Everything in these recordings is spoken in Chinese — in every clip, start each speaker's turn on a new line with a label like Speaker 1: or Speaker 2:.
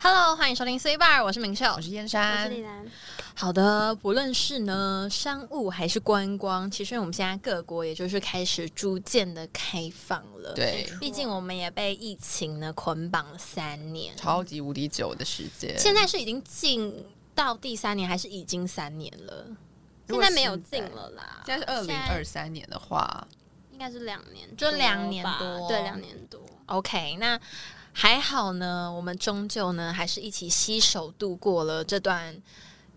Speaker 1: Hello，欢迎收听 C Bar，我是明秀，我是燕
Speaker 2: 我是
Speaker 1: 山
Speaker 2: 李兰，
Speaker 1: 好的，不论是呢商务还是观光，其实我们现在各国也就是开始逐渐的开放了。，
Speaker 3: 对，
Speaker 1: 毕竟我们也被疫情呢捆绑了三年，
Speaker 3: 超级无敌久的时间。
Speaker 1: 现在是已经进到第三年，还是已经三年了？
Speaker 2: 现
Speaker 3: 如果
Speaker 2: 在没有
Speaker 3: 现在
Speaker 2: 进了啦，
Speaker 3: 现在是二零二三年的话，
Speaker 2: 应该是两年，
Speaker 1: 就两年
Speaker 2: 吧
Speaker 1: 多
Speaker 2: 对，两年多。
Speaker 1: OK，那还好呢，我们终究呢还是一起携手度过了这段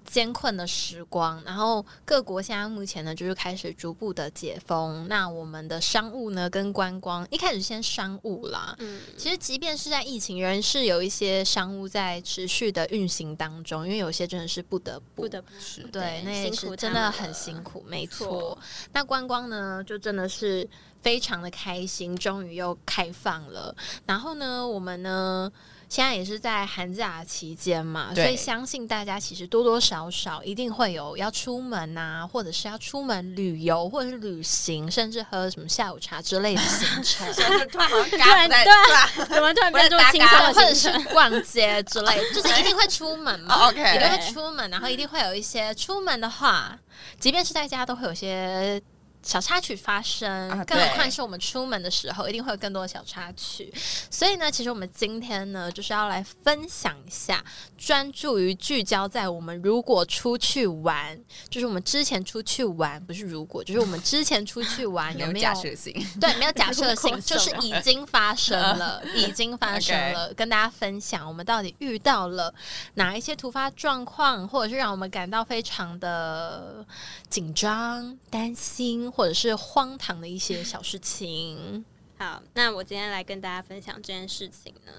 Speaker 1: 艰困的时光。然后各国现在目前呢就是开始逐步的解封，那我们的商务呢跟观光一开始先商务啦。
Speaker 2: 嗯，
Speaker 1: 其实，即便是在疫情，仍然是有一些商务在持续的运行当中，因为有些真的是不得不
Speaker 2: 不得不
Speaker 3: 是
Speaker 1: 对
Speaker 2: 对，
Speaker 1: 那也
Speaker 2: 辛
Speaker 1: 是
Speaker 2: 苦
Speaker 1: 真
Speaker 2: 他
Speaker 1: 的
Speaker 2: 们
Speaker 1: 很
Speaker 2: 了
Speaker 1: 辛苦，没错
Speaker 2: 错。
Speaker 1: 那观光呢，就真的是非常的开心，终于又开放了。然后呢，我们呢现在也是在寒假期间嘛，所
Speaker 3: 对。
Speaker 1: 以相信大家其实多多少少一定会有要出门呐、或者是要出门旅游，或者是旅行，甚至喝什么下午茶之类的行 程
Speaker 3: 突然突
Speaker 2: 然对
Speaker 3: 对
Speaker 2: 怎么突然
Speaker 3: 变
Speaker 2: 变
Speaker 3: 这
Speaker 2: 这
Speaker 3: 么
Speaker 2: 么
Speaker 3: 轻
Speaker 2: 轻松
Speaker 3: 松的
Speaker 2: 的
Speaker 1: 或者是 逛街之类，就是一定会出门嘛。
Speaker 3: 哦，OK
Speaker 1: 一定会
Speaker 2: 对
Speaker 1: 出门，然后一定会有一些出门的话，即便是在家，都会有一些小插曲发生。
Speaker 3: 啊
Speaker 1: 更何
Speaker 3: 对
Speaker 1: 况是我们出门的时候，一定会有更多的小插曲。所以呢，其实我们今天呢，就是要来分享一下，专注于聚焦在我们如果出去玩，就是我们之前出去玩，不是如果，就是我们之前出去 玩有
Speaker 3: 有
Speaker 1: 没
Speaker 3: 假
Speaker 1: 有
Speaker 3: 设性，
Speaker 1: 对，没有假设
Speaker 2: 如果
Speaker 1: 性，就是
Speaker 2: 什么
Speaker 1: 已经发生了，已经发生了。跟大家分享，我们到底遇到了哪一些突发状况，或者是让我们感到非常的紧张、担心，或者是荒唐的一些小事情。
Speaker 2: 好，那我今天来跟大家分享这件事情呢，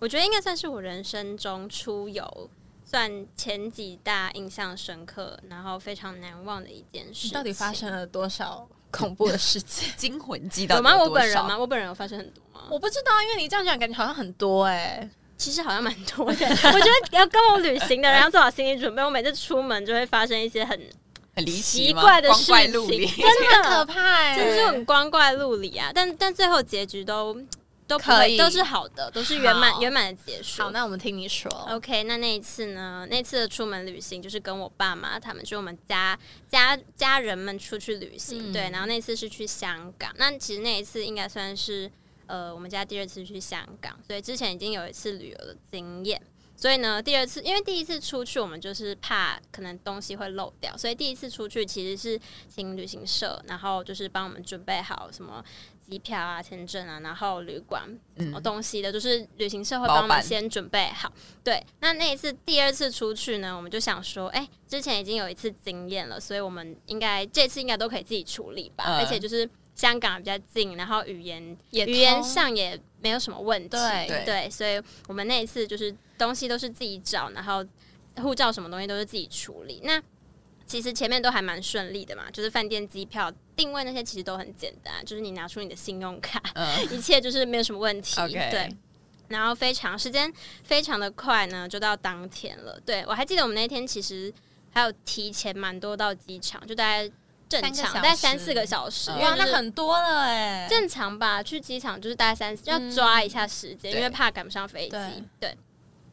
Speaker 2: 我觉得应该算是我人生中出游算前几大印象深刻，然后非常难忘的一件事情。
Speaker 1: 嗯到底发生了多少恐怖的事情？
Speaker 3: 惊魂记到
Speaker 2: 有
Speaker 3: 底有
Speaker 2: 吗？我
Speaker 3: 多
Speaker 2: 本人
Speaker 3: 少
Speaker 2: 吗？？我本人有发生很多吗？
Speaker 1: 我不知道，因为你这样讲，感觉好像很多哎、
Speaker 2: 其实好像蛮多的。我觉得要跟我旅行 的人要做好心理准备，我每次出门就会发生一些很
Speaker 3: 很离
Speaker 2: 奇
Speaker 3: 吗
Speaker 2: 怪的
Speaker 3: 哎光
Speaker 2: 事
Speaker 3: 怪
Speaker 2: 情，
Speaker 3: 陆离，
Speaker 2: 真
Speaker 1: 很
Speaker 2: 的
Speaker 1: 可怕哎、
Speaker 2: 真的是很光怪陆离啊！但但最后结局都都不会
Speaker 1: 可以
Speaker 2: 都是好的，都是圆满
Speaker 1: 好
Speaker 2: 圆满的结束。
Speaker 1: 好，那我们听你说。
Speaker 2: OK，那那一次呢？那次的出门旅行就是跟我爸妈他们，就我们家家家人们出去旅行，
Speaker 1: 嗯
Speaker 2: 对。然后那次是去香港，那其实那一次应该算是呃我们家第二次去香港，所以之前已经有一次旅游的经验。所以呢，第二次因为第一次出去，我们就是怕可能东西会漏掉，所以第一次出去其实是请旅行社，然后就是帮我们准备好什么机票啊、签证啊，然后旅馆什么东西的，就是旅行社会帮我
Speaker 3: 嗯包
Speaker 2: 们
Speaker 3: 办
Speaker 2: 先准备好。对，那那一次第二次出去呢，我们就想说，哎、之前已经有一次经验了，所以我们应该这次应该都可以自己处理吧。
Speaker 3: 嗯
Speaker 2: 而且就是香港比较近，然后语言
Speaker 1: 也
Speaker 2: 语言
Speaker 1: 通
Speaker 2: 上也没有什么问题，
Speaker 1: 对
Speaker 3: 对
Speaker 2: 所以我们那一次就是东西都是自己找，然后护照什么东西都是自己处理。那其实前面都还蛮顺利的嘛，就是饭店、机票、定位那些其实都很简单，就是你拿出你的信用卡，
Speaker 3: 嗯
Speaker 2: 一切就是没有什么问题。
Speaker 3: OK
Speaker 2: 对，然后非常时间非常的快呢，就到当天了。对我还记得我们那天其实还有提前蛮多到机场，就大概正
Speaker 1: 三个
Speaker 2: 常
Speaker 1: 小
Speaker 2: 大概三
Speaker 1: 时
Speaker 2: 四个小时，
Speaker 3: 嗯
Speaker 2: 因
Speaker 1: 哇，
Speaker 2: 为就
Speaker 1: 那
Speaker 2: 是
Speaker 1: 很多了哎、
Speaker 2: 正常吧，去机场就是大概三十，要
Speaker 1: 嗯
Speaker 2: 抓一下时间，因
Speaker 3: 对
Speaker 2: 为怕赶不上飞机
Speaker 1: 对。
Speaker 2: 对，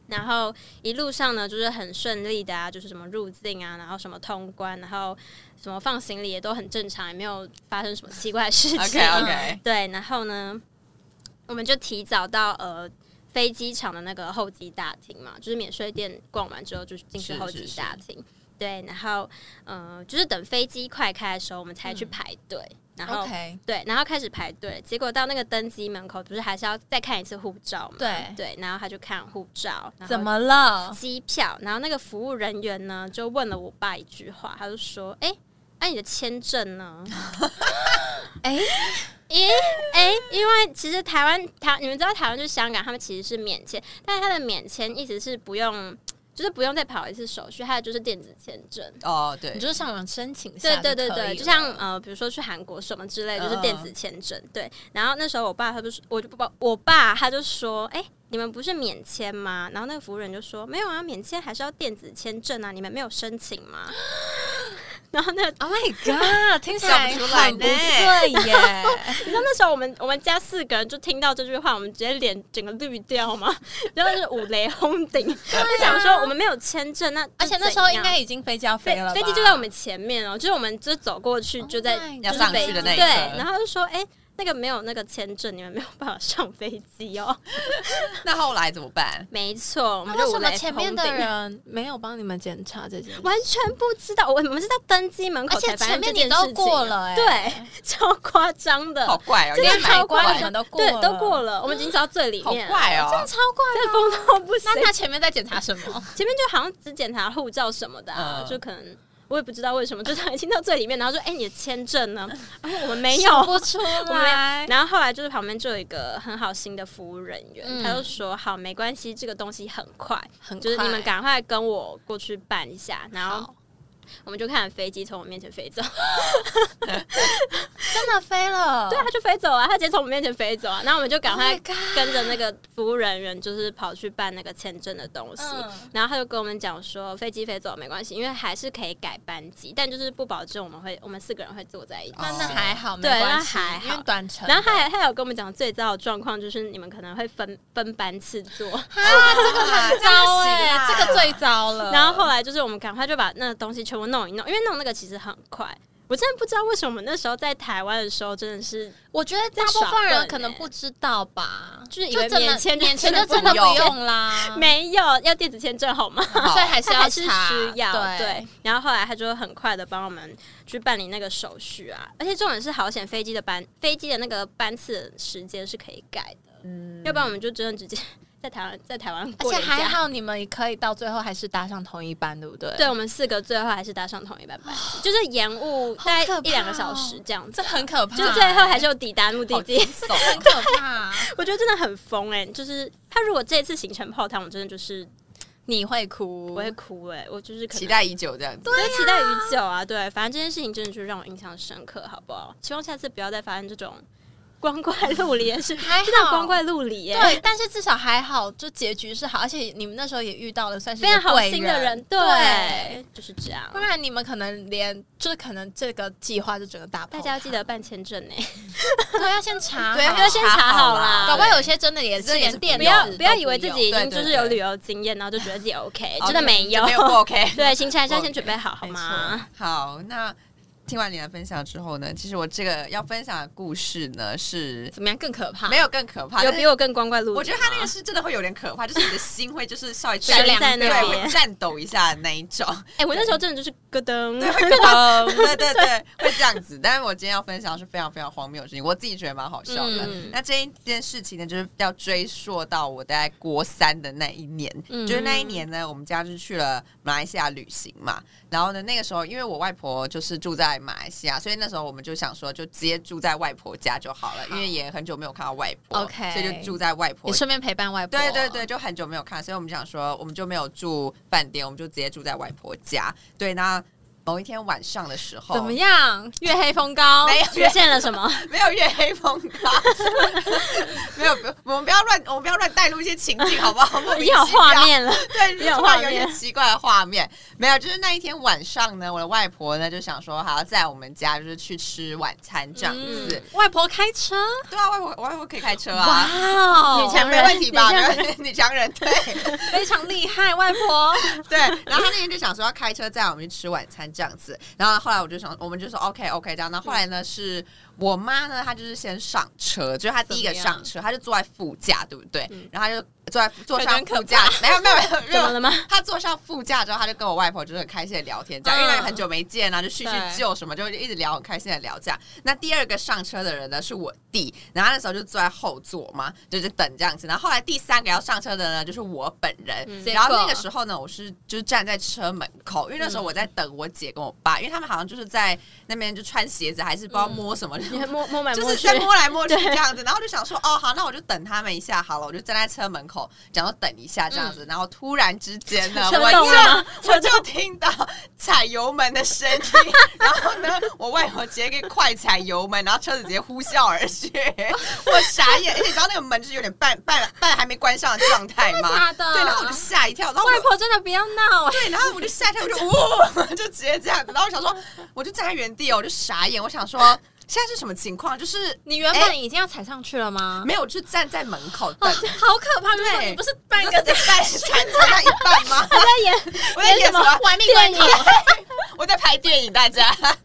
Speaker 2: 然后一路上呢，就是很顺利的啊，就是什么入境啊，然后什么通关，然后什么放行李也都很正常，也没有发生什么奇怪的事 情。
Speaker 3: ，OK OK，
Speaker 2: 对，然后呢，我们就提早到呃飞机场的那个候机大厅嘛，就是免税店逛完之后就进去
Speaker 3: 是
Speaker 2: 候
Speaker 3: 是
Speaker 2: 机
Speaker 3: 是
Speaker 2: 大厅。对，然后嗯、呃就是等飞机快开的时候，我们才去排队。然后
Speaker 1: OK，
Speaker 2: 对，然后开始排队，结果到那个登机门口，不是还是要再看一次护照吗？
Speaker 1: 对
Speaker 2: 对，然后他就看护照，然后
Speaker 1: 怎么了？
Speaker 2: 机票，然后那个服务人员呢就问了我爸一句话，他就说：“哎、那、你的签证呢？”
Speaker 1: 哎、
Speaker 2: 咦，哎，因为其实台湾台，你们知道台湾就是香港，他们其实是免签，但是他的免签意思是不用，就是不用再跑一次手续，还有就是电子签证。
Speaker 3: 哦对
Speaker 1: 你，就是上网申请一
Speaker 2: 对
Speaker 1: 下
Speaker 2: 对
Speaker 1: 可以
Speaker 2: 对
Speaker 1: 了
Speaker 2: 对，就像呃，比如说去韩国什么之类，就是电
Speaker 3: 嗯
Speaker 2: 子签证。对，然后那时候我爸他就说，我就不我爸他就说，哎、你们不是免签吗？然后那个服务人就说，没有啊，免签还是要电子签证啊，你们没有申请吗？ 然后那个
Speaker 1: Oh my god！听起
Speaker 3: 想
Speaker 1: 来
Speaker 3: 不出来
Speaker 1: 很
Speaker 3: 呢
Speaker 1: 不对耶。
Speaker 2: 你知道那时候我们我们家四个人就听到这句话，我们直接脸整个绿掉嘛， 然后就是五雷轰顶， 就想说我们没有签证，那
Speaker 1: 啊而且那时候应
Speaker 2: 该。
Speaker 1: 该已经飞机要飞
Speaker 2: 飞
Speaker 1: 了吧，
Speaker 2: 飞机就在我们前面哦，就是我们就走过去
Speaker 1: Oh
Speaker 2: 就在
Speaker 1: my
Speaker 2: 就
Speaker 1: God
Speaker 2: 是飞
Speaker 3: 要上去
Speaker 2: 机
Speaker 3: 的那一刻
Speaker 2: 对，然后就说哎、那个没有那个签证，你们没有办法上飞 机哦。
Speaker 3: 那后来怎么办？
Speaker 2: 没错，我
Speaker 1: 那
Speaker 2: 们
Speaker 1: 为
Speaker 2: 就
Speaker 1: 什
Speaker 2: 五
Speaker 1: 么
Speaker 2: 雷
Speaker 1: 前面
Speaker 2: 轰
Speaker 1: 的
Speaker 2: 顶
Speaker 1: 人没有帮你们检查这件事？
Speaker 2: 完全不知道？我我们是在登机门口
Speaker 1: 而且
Speaker 2: 才发现
Speaker 1: 前
Speaker 2: 这
Speaker 1: 面
Speaker 2: 件
Speaker 1: 你
Speaker 2: 事情，哦
Speaker 1: 都过了欸
Speaker 2: 对， 超夸张的，
Speaker 3: 好怪哦，
Speaker 2: 真的
Speaker 3: 连买
Speaker 2: 超怪
Speaker 3: 怪
Speaker 2: 的，
Speaker 1: 你们都过
Speaker 2: 对，
Speaker 1: 了
Speaker 2: 都过了，我们已经走到最里
Speaker 3: 好
Speaker 2: 面了，
Speaker 3: 怪
Speaker 1: 这样
Speaker 3: 哦。
Speaker 1: 超怪
Speaker 2: 这
Speaker 1: 的。
Speaker 2: 疯到不行
Speaker 1: 那。他前面在检查什么？
Speaker 2: 前面就好像只检查护照什么的、啊，
Speaker 3: 嗯
Speaker 2: 就可能我也不知道为什么，就突然听到最里面，然后说：“哎、你的签证呢？” 然后我们没有，
Speaker 1: 想不出
Speaker 2: 我们
Speaker 1: 来。
Speaker 2: 然后后来就是旁边就有一个很好心的服务人员，
Speaker 1: 嗯
Speaker 2: 他就说：“好，没关系，这个东西很快，
Speaker 1: 很
Speaker 2: 就是你们
Speaker 1: 快
Speaker 2: 赶快跟我过去办一下。”然后
Speaker 1: 好
Speaker 2: 我们就看飞机从我面前飞走，
Speaker 1: 真的飞了，
Speaker 2: 对，他就飞走啊，他直接从我面前飞走啊。然后我们就赶
Speaker 1: Oh
Speaker 2: 快
Speaker 1: my God
Speaker 2: 跟着那个服务人员，就是跑去办那个签证的东西。
Speaker 1: 嗯
Speaker 2: 然后他就跟我们讲说，飞机飞走没关系，因为还是可以改班机，但就是不保证我们会我们四个人会坐在一起。
Speaker 3: 哦
Speaker 1: 那那还好，哦没
Speaker 2: 对那
Speaker 1: 关系
Speaker 2: 还好
Speaker 1: 因为短程。
Speaker 2: 然后他还他有跟我们讲，最糟的状况就是你们可能会分分班次 坐。
Speaker 1: 啊，这 个很糟哎，
Speaker 3: 这样不行啊
Speaker 1: 这个最糟了。
Speaker 2: 然后后来就是我们赶快就把那个东西全部弄一弄，因为弄那个其实很快。我真的不知道为什么我们那时候在台湾的时候真的是
Speaker 1: 我觉得大部分人可能不知道吧，
Speaker 2: 就是以
Speaker 1: 就
Speaker 2: 为
Speaker 1: 真的
Speaker 2: 免签
Speaker 1: 免
Speaker 2: 签
Speaker 1: 签就
Speaker 2: 不
Speaker 1: 真的不
Speaker 2: 用
Speaker 1: 用啦，
Speaker 2: 没有要电子签证好吗？
Speaker 3: 好
Speaker 1: 所以还是
Speaker 2: 他
Speaker 1: 要
Speaker 2: 还是
Speaker 1: 查，
Speaker 2: 需要对
Speaker 1: 对。
Speaker 2: 然后后来他就很快的帮我们去办理那个手续啊，而且重点是好险飞机的班飞机的那个班次时间是可以改的，
Speaker 3: 嗯
Speaker 2: 要不然我们就真的直接在台湾在台湾
Speaker 1: 而
Speaker 2: 过
Speaker 1: 且
Speaker 2: 年假
Speaker 1: 还好你们可以到最后还是搭上同一班，对不对？
Speaker 2: 对，我们四个最后还是搭上同一班班
Speaker 1: 哦
Speaker 2: 次，就是延误大
Speaker 1: 好
Speaker 2: 概
Speaker 1: 可怕
Speaker 2: 一两个小时这样子
Speaker 1: 这
Speaker 2: 啊，
Speaker 1: 很可怕欸，
Speaker 2: 就最后还是有抵达目的
Speaker 3: 好
Speaker 2: 地
Speaker 3: 惊。悚，
Speaker 1: 很 可怕。
Speaker 2: 我觉得真的很疯哎、就是他如果这一次行程泡汤，我真的就是
Speaker 1: 你会哭，
Speaker 2: 不会哭哎、我就是可能
Speaker 3: 期待已久这样子。
Speaker 2: 对，啊期待已久啊，对，反正这件事情真的就让我印象深刻，好不好？希望下次不要再发生这种光怪陆离 的事，
Speaker 1: 还好
Speaker 2: 真的光怪陆离耶、
Speaker 1: 对，但是至少还好，就结局是好，而且你们那时候也遇到了算是一个
Speaker 2: 非常好
Speaker 1: 贵
Speaker 2: 心的人，
Speaker 1: 对，
Speaker 2: 就是这样
Speaker 1: 不。然你们可能连就是可能这个计划就整个打破，
Speaker 2: 大家要记得办签证呢、
Speaker 1: 对要先查好，
Speaker 3: 对，
Speaker 2: 要先查 好啦
Speaker 1: 搞不好有些真的也是
Speaker 3: 真的也
Speaker 1: 连
Speaker 3: 是
Speaker 1: 电
Speaker 2: 不
Speaker 1: 子
Speaker 2: 要
Speaker 1: 都
Speaker 2: 不要以为自己已
Speaker 3: 对
Speaker 2: 经就
Speaker 3: 对
Speaker 2: 是
Speaker 3: 对
Speaker 2: 有旅游经验，然后就觉 得自己 OK，
Speaker 3: 哦
Speaker 2: 真的没有
Speaker 3: 没。有不 OK。
Speaker 2: 对，行程还是要
Speaker 3: 不
Speaker 2: 先准备好，好吗？
Speaker 3: 好，那听完你的分享之后呢，其实我这个要分享的故事呢是
Speaker 1: 怎么样更可怕？
Speaker 3: 没有更可怕，
Speaker 2: 有
Speaker 3: 但
Speaker 2: 比我更光怪陆离吗？
Speaker 3: 我觉得他那个是真的会有点可怕，就是你的心会就是稍 微
Speaker 2: 悬
Speaker 3: 颤
Speaker 2: 在那
Speaker 3: 对，
Speaker 2: 边
Speaker 3: 会颤抖一下的那一种。
Speaker 2: 哎、我那时候真的 就是咯噔
Speaker 3: 对会
Speaker 2: 咯噔，
Speaker 3: 对对对，会这样子。但是我今天要分享的是非常非常荒谬的事情，我自己觉得蛮好笑的。
Speaker 2: 嗯
Speaker 3: 那这一件事情呢，就是要追溯到我大概国三的那一年，
Speaker 1: 嗯
Speaker 3: 就是那一年呢，我们家就去了马来西亚旅行嘛。然后呢，那个时候因为我外婆就是住在马来西亚，所以那时候我们就想说，就直接住在外婆家就好了，因为也很久没有看到外婆
Speaker 1: OK
Speaker 3: 所以就住在外婆
Speaker 1: 也顺便陪伴外婆，
Speaker 3: 对对对，，就很久没有看，所以我们想说，我们就没有住饭店，我们就直接住在外婆家。对，那某一天晚上的时候，
Speaker 1: 怎么样？月黑风高，嗯
Speaker 3: 没有
Speaker 2: 出现了什么？
Speaker 3: 没有月黑风高， 没有，不我们不要乱，我们不要乱带入一些情境，好不 好？莫名
Speaker 2: 已
Speaker 3: 其
Speaker 2: 经有
Speaker 3: 妙
Speaker 2: 画，面了，
Speaker 3: 对，
Speaker 2: 已经有
Speaker 3: 突然
Speaker 2: 画
Speaker 3: 有一些
Speaker 2: 面
Speaker 3: 奇怪的画面。没有，就是那一天晚上呢，我的外婆呢就想说，好要在我们家就是去吃晚餐这样子。
Speaker 1: 嗯外婆开车，
Speaker 2: 嗯
Speaker 3: 对啊，外婆外婆可以开车
Speaker 1: 哇
Speaker 3: 啊，
Speaker 1: 哦，
Speaker 2: 女强人
Speaker 3: 没问题吧？
Speaker 2: 女
Speaker 3: 没
Speaker 2: 强
Speaker 3: 问题，女强人对。
Speaker 1: 非常厉害，外 婆。
Speaker 3: 对，然后他那天就想说要开车载我们去吃晚餐这样子，然后后来我就想，我们就说 OK OK 这样。那后来
Speaker 2: 嗯
Speaker 3: 呢，是我妈呢，她就是先上车，就是她第一个上车，她就坐在副驾，对不对？
Speaker 2: 嗯
Speaker 3: 然后她就坐在坐上
Speaker 2: 感觉
Speaker 3: 副
Speaker 2: 很可
Speaker 3: 驾，没有没有没有
Speaker 2: 怎
Speaker 3: 没
Speaker 2: 么
Speaker 3: 有。
Speaker 2: 了吗？
Speaker 3: 她坐上副驾之后，她就跟我外婆就是很开心的聊天，这样，因
Speaker 1: 嗯
Speaker 3: 为那个很久没见啊，就叙叙
Speaker 1: 对
Speaker 3: 旧什么，就一直聊，很开心的聊这样。那第二个上车的人呢是我弟，然后他那时候就坐在后座嘛，就是等这样子。然后后来第三个要上车的呢就是我本人，
Speaker 2: 嗯
Speaker 3: 然后那个时候呢，我是就是站在车门口，因为那时候我在等我姐跟我爸，因为他们好像就是在那边就穿鞋子还是不知道摸什么，就
Speaker 2: 你还摸摸来
Speaker 3: 就
Speaker 2: 摸
Speaker 3: 是
Speaker 2: 去
Speaker 3: 在，摸来摸去这样子。然后就想说，哦好，那我就等他们一下好了，我就站在车门口候，讲到等一下这样子，然后突然之间 呢，
Speaker 2: 车嗯
Speaker 3: 我
Speaker 2: 动了吗
Speaker 3: 就我就听到踩油门的声音， 然后呢，我外婆直接给快踩油门，然后车子直接呼啸而 去，我傻眼，而且你知道那个门是有点半半半还没关上的状态吗？
Speaker 2: 假的
Speaker 3: 啊对，然后我就吓一跳，然后我
Speaker 2: 外婆真的不要闹哎、
Speaker 3: 对，然后我就吓一跳，我就 呜，就直接这样子。然后我想说，我就站在原地哦，我就傻眼。我想说，现在是什么情况？就是
Speaker 2: 你原
Speaker 3: 哎
Speaker 2: 本已经要踩上去了吗？
Speaker 3: 没有，就站在门口等。
Speaker 2: 好可怕！就是
Speaker 3: 哎对
Speaker 2: 你不是半
Speaker 3: 你
Speaker 2: 个
Speaker 3: 说在 半才坐在一半吗？
Speaker 2: 在演
Speaker 3: 我在演什么？
Speaker 1: 玩命
Speaker 2: 电
Speaker 1: 关
Speaker 2: 影
Speaker 1: 头，
Speaker 3: 我在拍电影，大家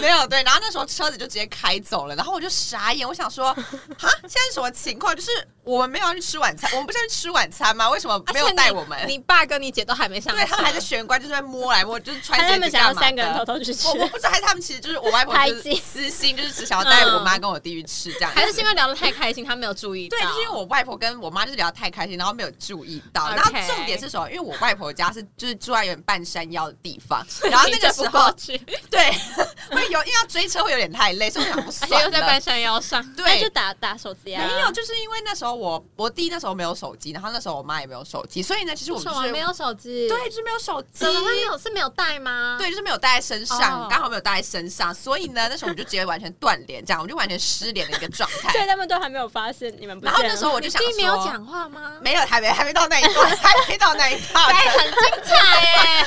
Speaker 3: 没有对。然后那时候车子就直接开走了，然后我就傻眼，我 想说，哈，现在是什么情况？就是我们没有要去吃晚餐，我们不是要去吃晚餐吗？为什
Speaker 2: 啊
Speaker 3: 么没有带我们？
Speaker 1: 你爸跟你姐都还没上
Speaker 3: 对他们还在
Speaker 1: 车，
Speaker 3: 玄关，就是在摸来摸，就是穿
Speaker 2: 还是
Speaker 3: 鞋
Speaker 2: 他
Speaker 3: 子
Speaker 2: 们想要
Speaker 3: 干嘛
Speaker 2: 三个人
Speaker 3: 的
Speaker 2: 偷偷去吃
Speaker 3: 我，我不知道，还是他们其实就是我外婆就
Speaker 2: 排
Speaker 3: 是
Speaker 2: 挤
Speaker 3: 私心，就是只想要带我妈跟我弟去吃这样子。
Speaker 1: 还是是因为聊得太开心，他没有注意到。
Speaker 3: 对，就是因为我外婆跟我妈就是聊得太开心，然后没有注意到。
Speaker 1: OK
Speaker 3: 然后重点是什么？因为我外婆家是就是住在有点半山腰的地方，然后那个时
Speaker 1: 你就不
Speaker 3: 候
Speaker 1: 过去，
Speaker 3: 对 会有因为要追车会有点太累，所以我想
Speaker 1: 而
Speaker 3: 不
Speaker 1: 且
Speaker 3: 算
Speaker 1: 哎又在
Speaker 3: 了
Speaker 1: 半。山腰上，哎
Speaker 2: 那就
Speaker 3: 对。
Speaker 2: 打打手机啊。
Speaker 3: 哎没有，，就是因为那时候我我弟那时候没有手机，然后那时候我妈也没有手机，所以呢，其实我
Speaker 1: 为
Speaker 3: 们
Speaker 1: 什
Speaker 3: 就
Speaker 1: 么
Speaker 3: 是
Speaker 1: 没有手机？
Speaker 3: 对，，就是没有手机，
Speaker 1: 怎么会没有？是没有带吗？，
Speaker 3: 对，就是没有带在身上，
Speaker 1: 哦
Speaker 3: 刚、好没有带在身上，所以呢，那时候我们就直接完全断联，这样我们就完全失联的一个状
Speaker 2: 所以
Speaker 3: 态。
Speaker 2: 他们都还没有发现你们不
Speaker 3: 哎
Speaker 2: 见
Speaker 3: 然后
Speaker 2: 了。
Speaker 3: 那时候我就
Speaker 1: 你
Speaker 3: 想说，
Speaker 1: 弟没有讲话吗？
Speaker 3: 没有，还没，还没到那一段，还没到那一 段。
Speaker 1: 哎，很精彩哎！